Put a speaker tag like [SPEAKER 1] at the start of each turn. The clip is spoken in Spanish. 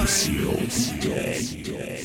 [SPEAKER 1] Los Dead.